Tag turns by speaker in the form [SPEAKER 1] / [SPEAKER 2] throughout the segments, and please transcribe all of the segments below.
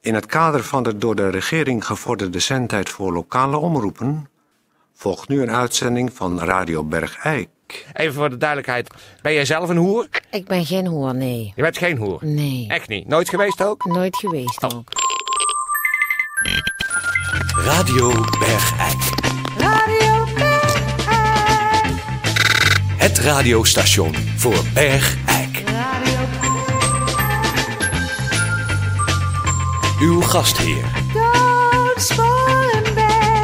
[SPEAKER 1] In het kader van de door de regering gevorderde zendtijd voor lokale omroepen volgt nu een uitzending van Radio Bergijk.
[SPEAKER 2] Even voor de duidelijkheid. Ben jij zelf een hoer?
[SPEAKER 3] Ik ben geen hoer, nee.
[SPEAKER 2] Je bent geen hoer.
[SPEAKER 3] Nee.
[SPEAKER 2] Echt niet. Nooit geweest ook?
[SPEAKER 3] Nooit geweest
[SPEAKER 2] Oh.
[SPEAKER 3] ook.
[SPEAKER 4] Radio Bergijk. Het radiostation voor Bergijk. Uw gastheer.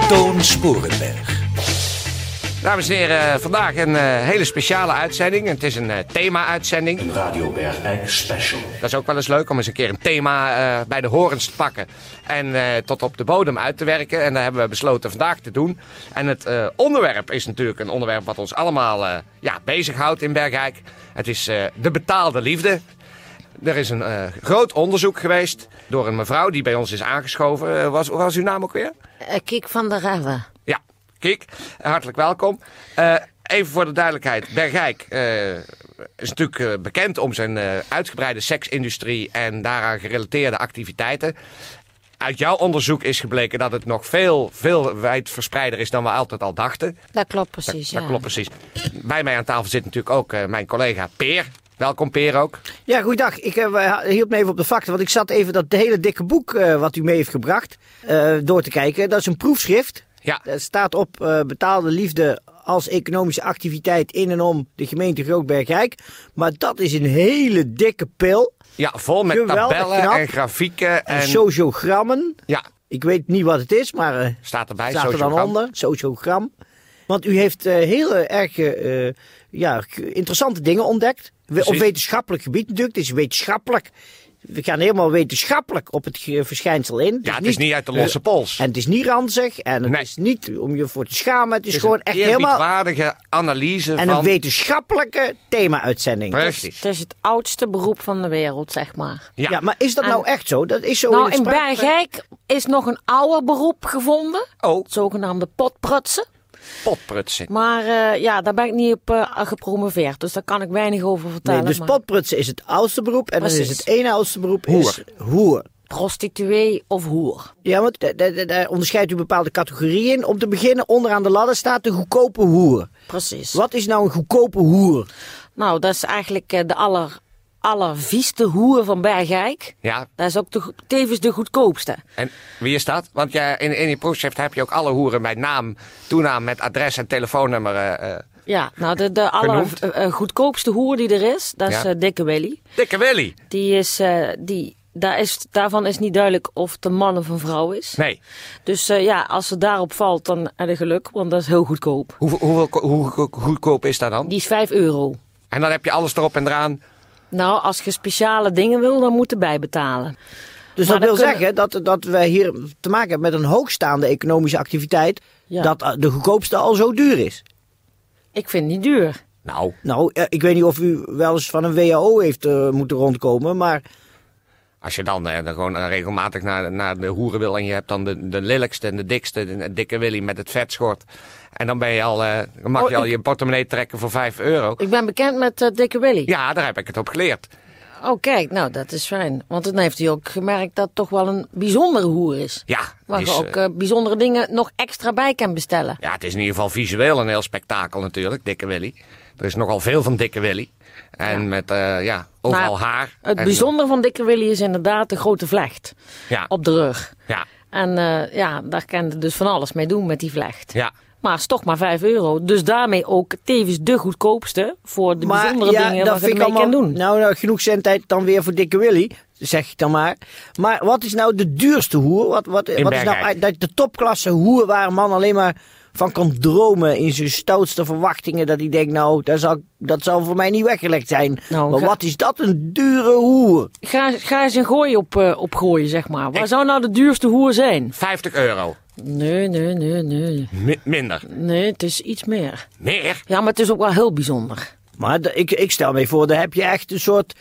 [SPEAKER 4] Toon Sporenberg.
[SPEAKER 2] Dames en heren, eh, vandaag een eh, hele speciale uitzending. Het is een eh, thema-uitzending.
[SPEAKER 5] Een Radio Bergijk special.
[SPEAKER 2] Dat is ook wel eens leuk om eens een keer een thema eh, bij de horens te pakken. En eh, tot op de bodem uit te werken. En dat hebben we besloten vandaag te doen. En het eh, onderwerp is natuurlijk een onderwerp wat ons allemaal eh, ja, bezighoudt in Bergijk. Het is eh, de betaalde liefde. Er is een eh, groot onderzoek geweest door een mevrouw die bij ons is aangeschoven. Eh, was, was uw naam ook weer?
[SPEAKER 3] Eh, Kiek van der Remme.
[SPEAKER 2] Ja, Kiek, hartelijk welkom. Eh, even voor de duidelijkheid. Bergijk eh, is natuurlijk eh, bekend om zijn eh, uitgebreide seksindustrie en daaraan gerelateerde activiteiten. Uit jouw onderzoek is gebleken dat het nog veel, veel wijdverspreider is dan we altijd al dachten.
[SPEAKER 3] Dat klopt precies,
[SPEAKER 2] Dat
[SPEAKER 3] ja.
[SPEAKER 2] klopt precies. Bij mij aan tafel zit natuurlijk ook eh, mijn collega Peer. Welkom Peer ook.
[SPEAKER 6] Ja, goeiedag. Ik eh, wa- hield me even op de fakten, want ik zat even dat hele dikke boek eh, wat u mee heeft gebracht eh, door te kijken. Dat is een proefschrift.
[SPEAKER 2] Ja.
[SPEAKER 6] Dat staat op eh, betaalde liefde als economische activiteit in en om de gemeente Grootbergijk. Maar dat is een hele dikke pil.
[SPEAKER 2] Ja, vol met
[SPEAKER 6] Geweldig
[SPEAKER 2] tabellen
[SPEAKER 6] knap.
[SPEAKER 2] en grafieken.
[SPEAKER 6] En
[SPEAKER 2] En,
[SPEAKER 6] sociogrammen.
[SPEAKER 2] Ja,
[SPEAKER 6] Ik weet niet wat het is, maar eh,
[SPEAKER 2] staat erbij.
[SPEAKER 6] staat er dan
[SPEAKER 2] sociogram.
[SPEAKER 6] onder. Sociogram. Want u heeft eh, heel erg eh, eh, ja, interessante dingen ontdekt. We- Op
[SPEAKER 2] Precies.
[SPEAKER 6] wetenschappelijk gebied natuurlijk. Het is wetenschappelijk. We gaan helemaal wetenschappelijk op het ge- verschijnsel in.
[SPEAKER 2] Ja, het is niet uit de losse pols.
[SPEAKER 6] En het is niet ranzig. En het
[SPEAKER 2] Nee.
[SPEAKER 6] is niet om je voor te schamen. Het is,
[SPEAKER 2] Het is
[SPEAKER 6] gewoon
[SPEAKER 2] een
[SPEAKER 6] echt helemaal...
[SPEAKER 2] eerbiedwaardige analyse
[SPEAKER 6] En
[SPEAKER 2] van...
[SPEAKER 6] een wetenschappelijke thema-uitzending.
[SPEAKER 2] Precies.
[SPEAKER 3] Het is het oudste beroep van de wereld, zeg maar.
[SPEAKER 2] Ja.
[SPEAKER 6] Ja, maar is dat nou
[SPEAKER 3] En-
[SPEAKER 6] echt zo? Dat is zo
[SPEAKER 3] nou,
[SPEAKER 6] in, het
[SPEAKER 3] in
[SPEAKER 6] spraak-
[SPEAKER 3] Bergijk is nog een ouder beroep gevonden.
[SPEAKER 2] Oh,
[SPEAKER 3] Het zogenaamde potprutsen.
[SPEAKER 2] potprutsen.
[SPEAKER 3] Maar eh, ja, daar ben ik niet op eh, gepromoveerd. Dus daar kan ik weinig over vertellen.
[SPEAKER 6] Nee, dus
[SPEAKER 3] maar
[SPEAKER 6] potprutsen is het oudste beroep. En dan
[SPEAKER 3] Precies.
[SPEAKER 6] is het ene oudste beroep is hoer.
[SPEAKER 3] prostituee of hoer.
[SPEAKER 6] Ja, want daar- daar- daar- daar onderscheidt u bepaalde categorieën in. Om te beginnen, onderaan de ladder staat de goedkope hoer.
[SPEAKER 3] Precies.
[SPEAKER 6] Wat is nou een goedkope hoer?
[SPEAKER 3] Nou, dat is eigenlijk eh, de aller, allervieste hoer van Bergijk.
[SPEAKER 2] Ja,
[SPEAKER 3] Dat is ook de, go- tevens de goedkoopste.
[SPEAKER 2] en wie is dat? Want jij in, in je proefschrift heb je ook alle hoeren bij naam, toenaam, met adres en telefoonnummer. eh, eh.
[SPEAKER 3] Ja, nou, de, de aller
[SPEAKER 2] Genoemd?
[SPEAKER 3] eh, eh, goedkoopste hoer die er is, dat is
[SPEAKER 2] Ja.
[SPEAKER 3] eh, Dikke Willy.
[SPEAKER 2] Dikke Willy.
[SPEAKER 3] Die is, eh, die, daar is, daarvan is niet duidelijk of het een man of een vrouw is.
[SPEAKER 2] Nee.
[SPEAKER 3] Dus eh, ja, als ze daarop valt, dan heb je geluk, want dat is heel goedkoop.
[SPEAKER 2] Hoe, hoe, hoe, hoe goedkoop is dat dan?
[SPEAKER 3] Die is 5 euro.
[SPEAKER 2] En dan heb je alles erop en eraan.
[SPEAKER 3] Nou, als je speciale dingen wil, dan moet je bijbetalen. Maar
[SPEAKER 6] Dus dat
[SPEAKER 3] dan
[SPEAKER 6] wil
[SPEAKER 3] kunnen-
[SPEAKER 6] zeggen dat, dat we hier te maken hebben met een hoogstaande economische activiteit.
[SPEAKER 3] Ja.
[SPEAKER 6] Dat eh, de goedkoopste al zo duur is.
[SPEAKER 3] Ik vind het niet duur.
[SPEAKER 2] Nou,
[SPEAKER 6] Nou, eh, ik weet niet of u wel eens van een WHO heeft eh, moeten rondkomen. Maar
[SPEAKER 2] als je dan, eh, dan gewoon eh, regelmatig naar, naar de hoeren wil en je hebt dan de, de lelijkste en de dikste, de, de Dikke Willy met het vetschort. En dan ben je al, eh, dan mag
[SPEAKER 3] Oh,
[SPEAKER 2] je al
[SPEAKER 3] ik-
[SPEAKER 2] je portemonnee trekken voor 5 euro.
[SPEAKER 3] Ik ben bekend met eh, Dikke Willy.
[SPEAKER 2] Ja, daar heb ik het op geleerd.
[SPEAKER 3] Oh, kijk, nou, dat is fijn. Want dan heeft hij ook gemerkt dat het toch wel een bijzondere hoer is.
[SPEAKER 2] Ja,
[SPEAKER 3] Waar
[SPEAKER 2] dus,
[SPEAKER 3] je ook eh, bijzondere dingen nog extra bij kan bestellen.
[SPEAKER 2] Ja, het is in ieder geval visueel een heel spektakel natuurlijk, Dikke Willy. Er is nogal veel van Dikke Willy. En met, eh, ja, overal
[SPEAKER 3] Maar
[SPEAKER 2] haar.
[SPEAKER 3] Het
[SPEAKER 2] En-
[SPEAKER 3] bijzondere van Dikke Willy is inderdaad de grote vlecht
[SPEAKER 2] Ja,
[SPEAKER 3] op de rug.
[SPEAKER 2] ja,
[SPEAKER 3] En eh, ja, daar kan je dus van alles mee doen met die vlecht.
[SPEAKER 2] ja.
[SPEAKER 3] Maar het is toch maar 5 euro. Dus daarmee ook tevens de goedkoopste voor de
[SPEAKER 6] maar
[SPEAKER 3] bijzondere
[SPEAKER 6] ja,
[SPEAKER 3] dingen
[SPEAKER 6] dat
[SPEAKER 3] wat je
[SPEAKER 6] vind ik
[SPEAKER 3] ermee
[SPEAKER 6] allemaal.
[SPEAKER 3] kan doen.
[SPEAKER 6] Nou, nou, genoeg zendtijd dan weer voor Dikke Willy. Zeg ik dan maar. Maar wat is nou de duurste hoer? Wat, wat,
[SPEAKER 2] In
[SPEAKER 6] wat is nou
[SPEAKER 2] Bergijk.
[SPEAKER 6] uit- dat de topklasse hoer waar een man alleen maar van kan dromen in zijn stoutste verwachtingen? Dat hij denkt, nou, dat zal, dat zal voor mij niet weggelegd zijn.
[SPEAKER 3] Nou,
[SPEAKER 6] maar
[SPEAKER 3] ga-
[SPEAKER 6] wat is dat een dure hoer?
[SPEAKER 3] Ga, ga eens een gooi op, eh, op gooien, zeg maar. Waar zou nou de duurste hoer zijn?
[SPEAKER 2] 50 euro.
[SPEAKER 3] Nee, nee, nee, nee.
[SPEAKER 2] Mi- minder.
[SPEAKER 3] Nee, het is iets meer.
[SPEAKER 2] Meer?
[SPEAKER 3] Ja, maar het is ook wel heel bijzonder.
[SPEAKER 6] Maar d- ik, ik stel me voor, daar heb je echt een soort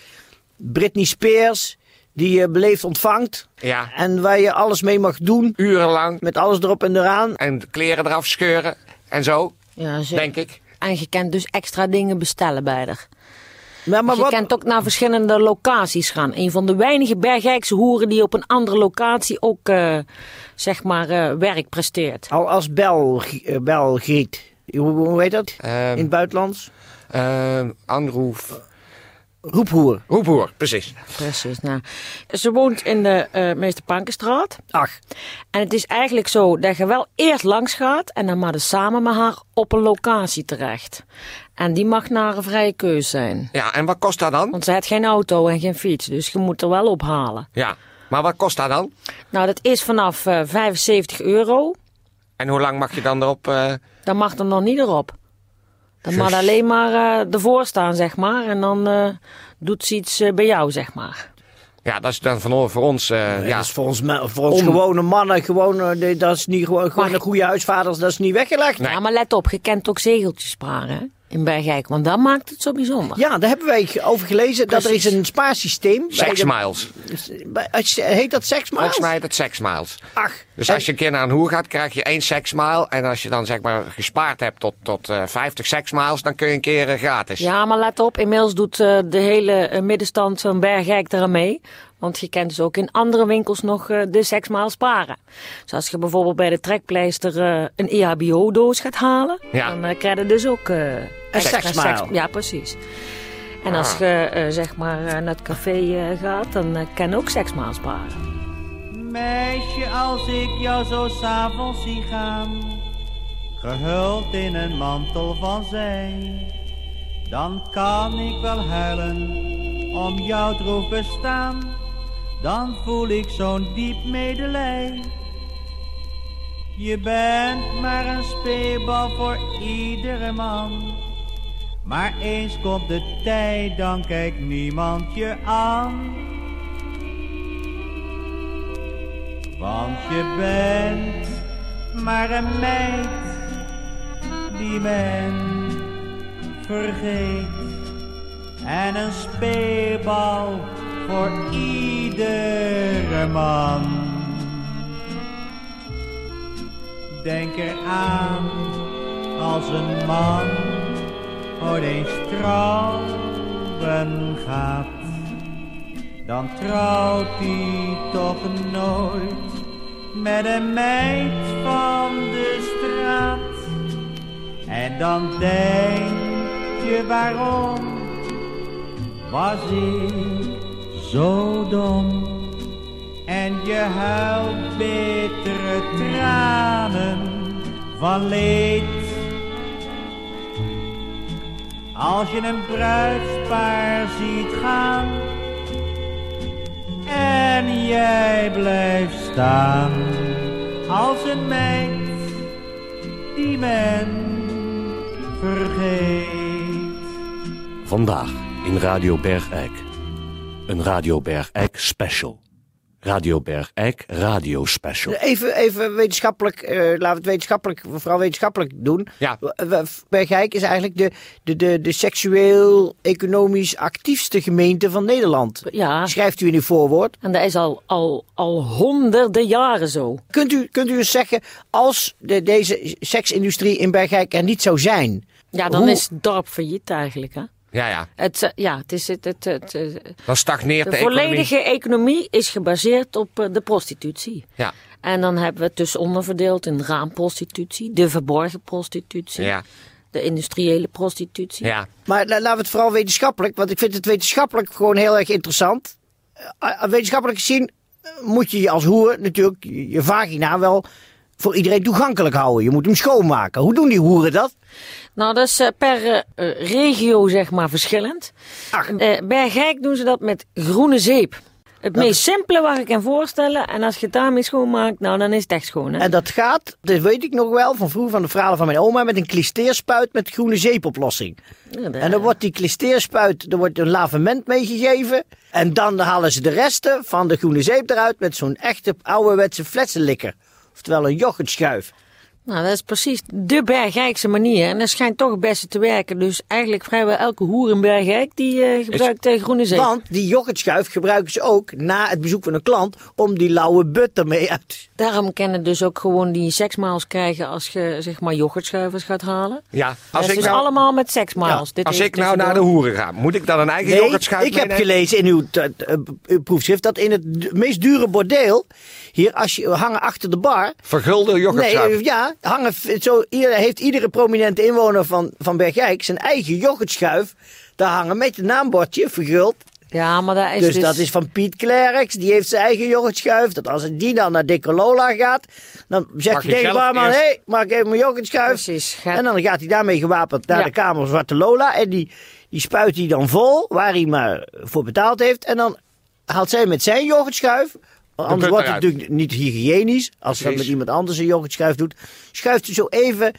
[SPEAKER 6] Britney Spears die je beleefd ontvangt.
[SPEAKER 2] Ja.
[SPEAKER 6] En waar je alles mee mag doen.
[SPEAKER 2] Urenlang.
[SPEAKER 6] Met alles erop en eraan.
[SPEAKER 2] En de kleren eraf scheuren. En zo,
[SPEAKER 3] Ja, zeker.
[SPEAKER 2] denk ik.
[SPEAKER 3] En je kan dus extra dingen bestellen bij haar.
[SPEAKER 6] Ja, maar
[SPEAKER 3] je
[SPEAKER 6] wat-
[SPEAKER 3] kunt ook naar verschillende locaties gaan. Een van de weinige Bergijkse hoeren die op een andere locatie ook eh, zeg maar eh, werk presteert.
[SPEAKER 6] Al als bel, eh, belgiet. Hoe, hoe heet dat?
[SPEAKER 2] Ehm.
[SPEAKER 6] In het buitenlands?
[SPEAKER 2] Eh, Anroef.
[SPEAKER 6] Roephoer.
[SPEAKER 2] Roephoer, precies.
[SPEAKER 3] Precies. Nou, ze woont in de eh Meester Pankenstraat.
[SPEAKER 6] Ach,
[SPEAKER 3] En het is eigenlijk zo dat je wel eerst langs gaat en dan maar dus samen met haar op een locatie terecht. En die mag naar een vrije keus zijn.
[SPEAKER 2] Ja, en wat kost dat dan?
[SPEAKER 3] Want ze heeft geen auto en geen fiets, dus je moet er wel ophalen.
[SPEAKER 2] Ja, maar wat kost dat dan?
[SPEAKER 3] Nou, dat is vanaf eh, 75 euro.
[SPEAKER 2] En hoe lang mag je dan erop? eh,
[SPEAKER 3] Dan mag er nog niet erop. Dan mag alleen maar eh ervoor staan, zeg maar. En dan eh, doet ze iets eh, bij jou, zeg maar.
[SPEAKER 2] Ja, dat is dan van, voor ons. eh, ja.
[SPEAKER 6] dat is volgens mij voor ons gewone mannen, gewone, nee, dat is niet, gewoon, gewoon
[SPEAKER 3] Maar-
[SPEAKER 6] een goede huisvaders, dat is niet weggelegd.
[SPEAKER 2] Nee.
[SPEAKER 3] Ja, maar let op, je kent ook zegeltjes sparen hè, in Bergijk. Want dat maakt het zo bijzonder.
[SPEAKER 6] Ja, daar hebben wij ge- over gelezen. Dat er is
[SPEAKER 3] Precies.
[SPEAKER 6] een spaarsysteem. bij
[SPEAKER 2] Sex
[SPEAKER 6] de-
[SPEAKER 2] miles.
[SPEAKER 6] bij- Heet dat seksmaals?
[SPEAKER 2] Volgens mij heet het sex miles.
[SPEAKER 6] Ach,
[SPEAKER 2] Dus
[SPEAKER 6] en-
[SPEAKER 2] als je een keer naar een hoer gaat, krijg je één sex mile. En als je dan zeg maar gespaard hebt tot, tot eh 50 sex miles, dan kun je een keer eh, gratis.
[SPEAKER 3] Ja, maar let op, inmiddels doet eh, de hele eh, middenstand van Bergijk eraan mee. Want je kent dus ook in andere winkels nog eh, de seksmaal sparen. Dus als je bijvoorbeeld bij de trekpleister eh, een EHBO-doos gaat halen,
[SPEAKER 2] Ja.
[SPEAKER 3] dan eh, krijg je dus ook eh, extra
[SPEAKER 6] seksmaal. Ah.
[SPEAKER 3] seks- Ja, precies. En als je eh, zeg maar eh, naar het café eh, gaat, dan eh, kan je ook seksmaal sparen.
[SPEAKER 7] Meisje, als ik jou zo s'avonds zie gaan, gehuld in een mantel van zij, dan kan ik wel huilen om jouw droef bestaan, dan voel ik zo'n diep medelij. Je bent maar een speelbal voor iedere man, maar eens komt de tijd, dan kijkt niemand je aan. Want je bent maar een meid die men vergeet. En een speelbal voor iedere man. Denk er aan als een man ooit eens trouwen gaat dan trouwt hij toch nooit met een meid van de straat. En dan denk je waarom was ik zo dom? En je huilt bittere tranen van leed. Als je een bruidspaar ziet gaan, en jij blijft staan als een meid die men vergeet.
[SPEAKER 4] Vandaag in Radio Bergijk. Een Radio Bergijk special. Radio Bergijk radio special.
[SPEAKER 6] Even, even wetenschappelijk, eh, laten we het wetenschappelijk, vooral wetenschappelijk doen.
[SPEAKER 2] Ja.
[SPEAKER 6] W- w- Bergijk is eigenlijk de, de, de, de seksueel economisch actiefste gemeente van Nederland.
[SPEAKER 3] Ja,
[SPEAKER 6] Schrijft u in uw voorwoord.
[SPEAKER 3] en dat is al, al, al honderden jaren zo.
[SPEAKER 6] Kunt u, kunt u eens zeggen, als de, deze seksindustrie in Bergijk er niet zou zijn.
[SPEAKER 3] Ja, dan
[SPEAKER 6] Hoe-
[SPEAKER 3] is het dorp failliet eigenlijk, hè?
[SPEAKER 2] ja. ja.
[SPEAKER 3] Het, eh, ja, het is het, het, het, eh,
[SPEAKER 2] Dan stagneert de,
[SPEAKER 3] De
[SPEAKER 2] economie.
[SPEAKER 3] volledige economie is gebaseerd op eh, de prostitutie.
[SPEAKER 2] Ja.
[SPEAKER 3] En dan hebben we het dus onderverdeeld in raamprostitutie, de verborgen prostitutie,
[SPEAKER 2] Ja.
[SPEAKER 3] de industriële prostitutie.
[SPEAKER 2] Ja.
[SPEAKER 6] Maar la- laten we het vooral wetenschappelijk, want ik vind het wetenschappelijk gewoon heel erg interessant. Eh, eh, Wetenschappelijk gezien eh, moet je je als hoer natuurlijk je je vagina wel voor iedereen toegankelijk houden. Je moet hem schoonmaken. Hoe doen die hoeren dat?
[SPEAKER 3] Nou, dat is eh, per eh, eh, regio zeg maar verschillend.
[SPEAKER 6] Ach.
[SPEAKER 3] Eh, Bergijk doen ze dat met groene zeep. Het meest simpele wat ik kan voorstellen. En als je het daarmee schoonmaakt, nou dan is het echt schoon. Hè?
[SPEAKER 6] En dat gaat, dat weet ik nog wel, van vroeger van de verhalen van mijn oma, met een klisteerspuit met groene zeepoplossing.
[SPEAKER 3] Ja, dat-
[SPEAKER 6] En dan wordt die klisteerspuit, er wordt een lavement meegegeven. En dan halen ze de resten van de groene zeep eruit met zo'n echte ouderwetse flessenlikker. Oftewel een yoghurtschuif.
[SPEAKER 3] Nou, dat is precies de Bergijkse manier. En dat schijnt toch het beste te werken. Dus eigenlijk vrijwel elke hoer in Bergijk die eh, gebruikt eh, groene zeep.
[SPEAKER 6] Want die yoghurtschuif gebruiken ze ook na het bezoek van een klant om die lauwe butter mee uit.
[SPEAKER 3] Daarom kennen dus ook gewoon die seksmaals krijgen als je zeg maar yoghurtschuivers gaat halen.
[SPEAKER 2] Ja,
[SPEAKER 3] Als
[SPEAKER 2] als ik
[SPEAKER 3] is
[SPEAKER 2] nou,
[SPEAKER 3] allemaal met seksmaals. Dit
[SPEAKER 2] als
[SPEAKER 3] even
[SPEAKER 2] ik nou naar de
[SPEAKER 3] tussendoor.
[SPEAKER 2] hoeren ga, moet ik dan een eigen
[SPEAKER 6] Nee,
[SPEAKER 2] yoghurtschuif
[SPEAKER 6] ik heb
[SPEAKER 2] meenemen?
[SPEAKER 6] gelezen in uw eh, eh, uw proefschrift dat in het du- meest dure bordeel, hier als je we hangen achter de bar,
[SPEAKER 2] Vergulde
[SPEAKER 6] Nee,
[SPEAKER 2] yoghurtschuif.
[SPEAKER 6] eh, ja, hangen, f- zo, hier heeft iedere prominente inwoner van, van Bergijk zijn eigen yoghurtschuif. Daar hangen met een naambordje, verguld.
[SPEAKER 3] Ja, maar daar is
[SPEAKER 6] Dus
[SPEAKER 3] dus...
[SPEAKER 6] dat is van Piet Klerks, die heeft zijn eigen yoghurtschuif. Dat als die dan naar Decolola gaat, dan
[SPEAKER 2] Mag
[SPEAKER 6] zegt hij
[SPEAKER 2] je
[SPEAKER 6] tegen de
[SPEAKER 2] zelf
[SPEAKER 6] barman, hé,
[SPEAKER 2] eerst-
[SPEAKER 6] hey, mag ik even mijn yoghurtschuif?
[SPEAKER 3] Precies, gaat-
[SPEAKER 6] En dan gaat hij daarmee gewapend naar
[SPEAKER 3] Ja.
[SPEAKER 6] de kamer van Zwarte Lola. En die, die spuit hij dan vol, waar hij maar voor betaald heeft. En dan haalt zij met zijn yoghurtschuif... want
[SPEAKER 2] put
[SPEAKER 6] Anders wordt het
[SPEAKER 2] eruit.
[SPEAKER 6] natuurlijk niet hygiënisch. Als ze dat
[SPEAKER 2] Precies.
[SPEAKER 6] met iemand anders een yoghurtschuif doet. Schuift ze zo even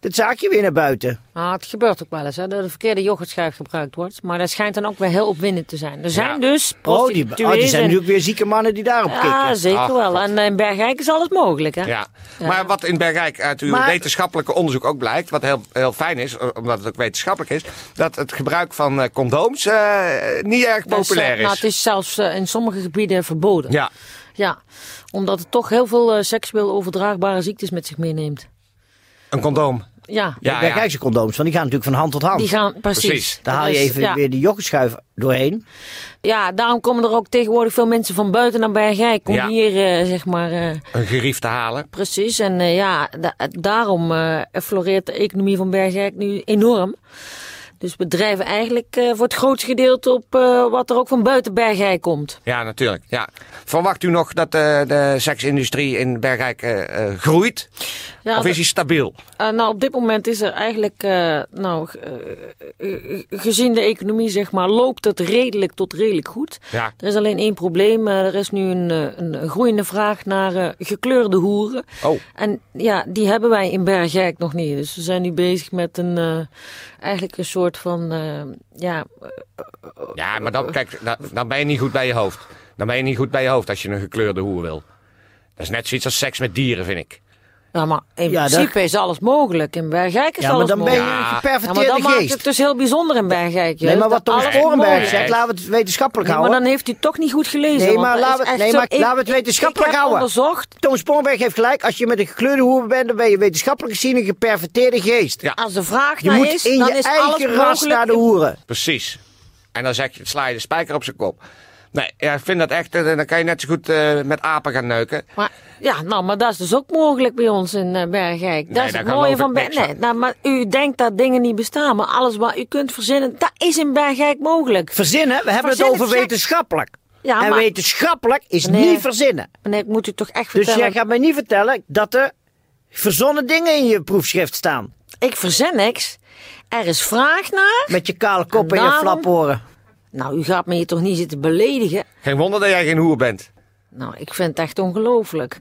[SPEAKER 6] het zaakje weer naar buiten. Oh,
[SPEAKER 3] Ah, het gebeurt ook wel eens, hè, dat de verkeerde yoghurtschuif gebruikt wordt. Maar dat schijnt dan ook weer heel opwindend te zijn. Er zijn dus
[SPEAKER 6] Oh, die,
[SPEAKER 3] prostituees
[SPEAKER 6] oh, die zijn
[SPEAKER 3] en- Ah.
[SPEAKER 6] natuurlijk weer zieke mannen die daarop
[SPEAKER 3] Ja,
[SPEAKER 6] kikken.
[SPEAKER 3] zeker
[SPEAKER 2] Ach,
[SPEAKER 3] wel. En eh, in Bergijk is alles mogelijk, hè?
[SPEAKER 2] Ja. maar wat in Bergrijk uit uw
[SPEAKER 6] Maar-
[SPEAKER 2] wetenschappelijke onderzoek ook blijkt, wat heel, heel fijn is, eh, omdat het ook wetenschappelijk is, dat het gebruik van eh, condooms eh, niet erg
[SPEAKER 3] Dat is, eh,
[SPEAKER 2] populair is.
[SPEAKER 3] Nou, het is zelfs eh, in sommige gebieden verboden.
[SPEAKER 2] Ja,
[SPEAKER 3] Ja, omdat het toch heel veel eh, seksueel overdraagbare ziektes met zich meeneemt.
[SPEAKER 2] een condoom.
[SPEAKER 3] Ja,
[SPEAKER 2] Ja,
[SPEAKER 6] Daar
[SPEAKER 2] ja.
[SPEAKER 6] kijk ze condooms, want die gaan natuurlijk van hand tot hand.
[SPEAKER 3] die gaan precies.
[SPEAKER 2] Precies.
[SPEAKER 6] Daar haal je
[SPEAKER 3] Dus,
[SPEAKER 6] even
[SPEAKER 3] ja.
[SPEAKER 6] weer die yoghurtschuif doorheen.
[SPEAKER 3] Ja, daarom komen er ook tegenwoordig veel mensen van buiten naar Bergijk. Kom
[SPEAKER 2] Ja.
[SPEAKER 3] hier, eh, zeg maar. eh,
[SPEAKER 2] Een gerief te halen.
[SPEAKER 3] precies. En eh, ja, da- daarom eh, floreert de economie van Bergijk nu enorm. Dus bedrijven eigenlijk eh, voor het grootste gedeelte op eh, wat er ook van buiten Bergijk komt.
[SPEAKER 2] Ja, natuurlijk. Ja. Verwacht u nog dat eh, de seksindustrie in Bergrijk eh, eh, groeit?
[SPEAKER 3] Ja,
[SPEAKER 2] of is die stabiel?
[SPEAKER 3] Eh, nou, op dit moment is er eigenlijk, eh, nou, eh, eh, eh, gezien de economie, zeg maar, loopt het redelijk tot redelijk goed.
[SPEAKER 2] Ja.
[SPEAKER 3] Er is alleen één probleem. Eh, er is nu een, eh, een groeiende vraag naar eh, gekleurde hoeren.
[SPEAKER 2] Oh.
[SPEAKER 3] En ja, die hebben wij in Bergijk nog niet. Dus we zijn nu bezig met een, eh, eigenlijk een soort van, eh, ja,
[SPEAKER 2] Ja, maar dan, kijk, dan, dan ben je niet goed bij je hoofd. Dan ben je niet goed bij je hoofd als je een gekleurde hoer wil. Dat is net zoiets als seks met dieren, vind ik.
[SPEAKER 3] nou, maar in
[SPEAKER 6] Ja, dat-
[SPEAKER 3] principe is alles mogelijk. In Bergijk is
[SPEAKER 6] Ja, maar
[SPEAKER 3] alles
[SPEAKER 6] dan ben je
[SPEAKER 3] mogelijk.
[SPEAKER 6] een
[SPEAKER 2] Ja.
[SPEAKER 3] Ja, maar
[SPEAKER 6] geperverteerde
[SPEAKER 3] dan maakt
[SPEAKER 6] geest.
[SPEAKER 3] het dus heel bijzonder in Bergijk.
[SPEAKER 6] nee,
[SPEAKER 3] juist,
[SPEAKER 6] maar
[SPEAKER 3] dat
[SPEAKER 6] wat Thomas
[SPEAKER 3] alles mogelijk
[SPEAKER 6] Korenberg
[SPEAKER 3] is.
[SPEAKER 6] zegt, laten we het wetenschappelijk
[SPEAKER 3] Nee, maar
[SPEAKER 6] houden.
[SPEAKER 3] dan heeft u toch niet goed gelezen.
[SPEAKER 6] Nee,
[SPEAKER 3] want
[SPEAKER 6] maar
[SPEAKER 3] dat is
[SPEAKER 6] laten we-
[SPEAKER 3] echt
[SPEAKER 6] nee,
[SPEAKER 3] zo-
[SPEAKER 6] maar
[SPEAKER 3] ik-
[SPEAKER 6] laten we het
[SPEAKER 3] ik-
[SPEAKER 6] wetenschappelijk
[SPEAKER 3] ik heb
[SPEAKER 6] houden.
[SPEAKER 3] onderzocht.
[SPEAKER 6] Thomas Sporenberg heeft gelijk. Als je met een gekleurde hoer bent, dan ben je wetenschappelijk gezien een geperverteerde geest.
[SPEAKER 2] Ja.
[SPEAKER 3] Als de vraag
[SPEAKER 6] Je
[SPEAKER 3] naar
[SPEAKER 6] moet
[SPEAKER 3] is,
[SPEAKER 6] in
[SPEAKER 3] dan
[SPEAKER 6] je
[SPEAKER 3] is alles
[SPEAKER 6] eigen ras
[SPEAKER 3] mogelijk.
[SPEAKER 6] naar de hoeren.
[SPEAKER 2] Precies. En dan zeg je, sla je de spijker op zijn kop. Nee, ja, ik vind dat echt, eh, dan kan je net zo goed eh, met apen gaan neuken.
[SPEAKER 3] Maar, ja, nou, maar dat is dus ook mogelijk bij ons in eh, Bergijk. Dat
[SPEAKER 2] Nee,
[SPEAKER 3] is het
[SPEAKER 2] daar
[SPEAKER 3] mooie
[SPEAKER 2] geloof
[SPEAKER 3] van
[SPEAKER 2] ik
[SPEAKER 3] Bergijk.
[SPEAKER 2] niks
[SPEAKER 3] Nee,
[SPEAKER 2] aan.
[SPEAKER 3] nou, maar u denkt dat dingen niet bestaan. Maar alles wat u kunt verzinnen, dat is in Bergijk mogelijk.
[SPEAKER 6] Verzinnen, we hebben
[SPEAKER 3] Verzinnen,
[SPEAKER 6] het over
[SPEAKER 3] zeg-
[SPEAKER 6] wetenschappelijk.
[SPEAKER 3] Ja,
[SPEAKER 6] en
[SPEAKER 3] maar-
[SPEAKER 6] wetenschappelijk is
[SPEAKER 3] Nee.
[SPEAKER 6] niet verzinnen.
[SPEAKER 3] Meneer, ik moet u toch echt
[SPEAKER 6] Dus
[SPEAKER 3] vertellen.
[SPEAKER 6] jij gaat mij niet vertellen dat er verzonnen dingen in je proefschrift staan.
[SPEAKER 3] Ik verzin niks. Er is vraag naar.
[SPEAKER 6] Met je kale kop en,
[SPEAKER 3] En
[SPEAKER 6] je
[SPEAKER 3] daarom-
[SPEAKER 6] flaphoren.
[SPEAKER 3] Nou, u gaat me hier toch niet zitten beledigen?
[SPEAKER 2] Geen wonder dat jij geen hoer bent.
[SPEAKER 3] Nou, ik vind het echt ongelooflijk.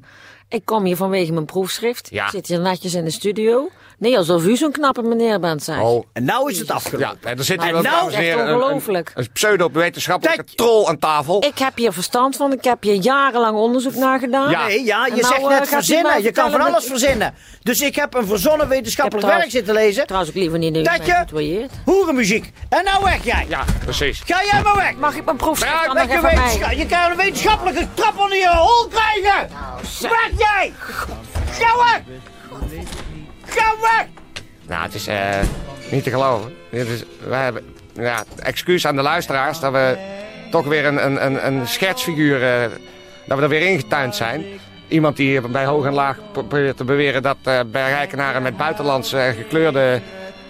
[SPEAKER 3] Ik kom hier vanwege mijn proefschrift.
[SPEAKER 2] Ja.
[SPEAKER 3] Ik zit hier netjes in de studio. Nee, alsof u zo'n knappe meneer bent, zeg.
[SPEAKER 2] Oh.
[SPEAKER 6] En nou is het afgelopen.
[SPEAKER 2] Ja, en dan zit
[SPEAKER 3] Nou,
[SPEAKER 2] hier wel
[SPEAKER 3] nou,
[SPEAKER 2] dames en
[SPEAKER 3] echt
[SPEAKER 2] heren, een- een,
[SPEAKER 3] ongelooflijk.
[SPEAKER 2] een pseudo-wetenschappelijke
[SPEAKER 6] Kijk.
[SPEAKER 2] troll aan tafel.
[SPEAKER 3] Ik heb hier verstand van. Ik heb hier jarenlang onderzoek naar gedaan.
[SPEAKER 2] Ja.
[SPEAKER 6] Nee, ja, je
[SPEAKER 3] En nou,
[SPEAKER 6] zegt
[SPEAKER 3] eh, gaat
[SPEAKER 6] net
[SPEAKER 3] u
[SPEAKER 6] verzinnen.
[SPEAKER 3] mij
[SPEAKER 6] Je kan van
[SPEAKER 3] vertellen
[SPEAKER 6] alles
[SPEAKER 3] dat-
[SPEAKER 6] verzinnen. Dus ik heb een verzonnen wetenschappelijk
[SPEAKER 3] Ik heb
[SPEAKER 6] werk zitten lezen.
[SPEAKER 3] Trouwens, ik liever niet dat u
[SPEAKER 6] Dat
[SPEAKER 3] mij
[SPEAKER 6] je-
[SPEAKER 3] tutoieert.
[SPEAKER 6] Hoerenmuziek. En nou weg jij.
[SPEAKER 2] Ja, precies.
[SPEAKER 6] Ga jij maar weg.
[SPEAKER 3] Mag ik mijn proefschrift
[SPEAKER 2] Ja,
[SPEAKER 3] dan
[SPEAKER 6] Weg
[SPEAKER 3] nog
[SPEAKER 6] Ah, je,
[SPEAKER 3] even aan mij?
[SPEAKER 6] wetenscha- je kan een wetenschappelijke trap onder je hol krijgen. weg jij. Ga weg. Ga weg.
[SPEAKER 2] Nou, het is eh, niet te geloven. Dit is, we hebben, ja, excuus aan de luisteraars dat we toch weer een, een, een, een schetsfiguur, eh, dat we er weer ingetuind zijn. Iemand die hier bij hoog en laag pro- probeert te beweren dat eh bij Rijkenaren met buitenlandse en gekleurde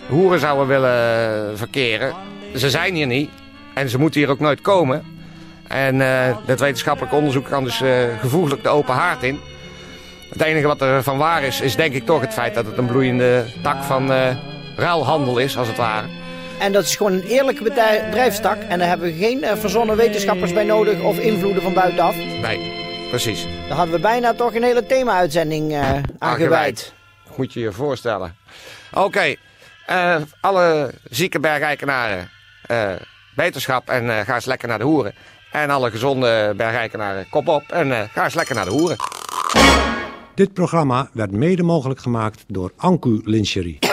[SPEAKER 2] hoeren zouden willen verkeren. Ze zijn hier niet en ze moeten hier ook nooit komen. En eh, dat wetenschappelijk onderzoek kan dus eh, gevoeglijk de open haard in. Het enige wat er van waar is, is denk ik toch het feit dat het een bloeiende tak van eh, ruilhandel is, als het ware.
[SPEAKER 6] En dat is gewoon een eerlijke bedij- bedrijfstak. En daar hebben we geen eh, verzonnen wetenschappers bij nodig of invloeden van buitenaf.
[SPEAKER 2] Nee, precies.
[SPEAKER 6] Daar hadden we bijna toch een hele thema-uitzending eh aan gewijd.
[SPEAKER 2] Moet je je voorstellen. Oké, eh, alle zieke bergrijkenaren, eh, wetenschap en eh, ga eens lekker naar de hoeren. En alle gezonde bergrijkenaren, kop op en eh, ga eens lekker naar de hoeren.
[SPEAKER 1] Dit programma werd mede mogelijk gemaakt door Anku Lingerie.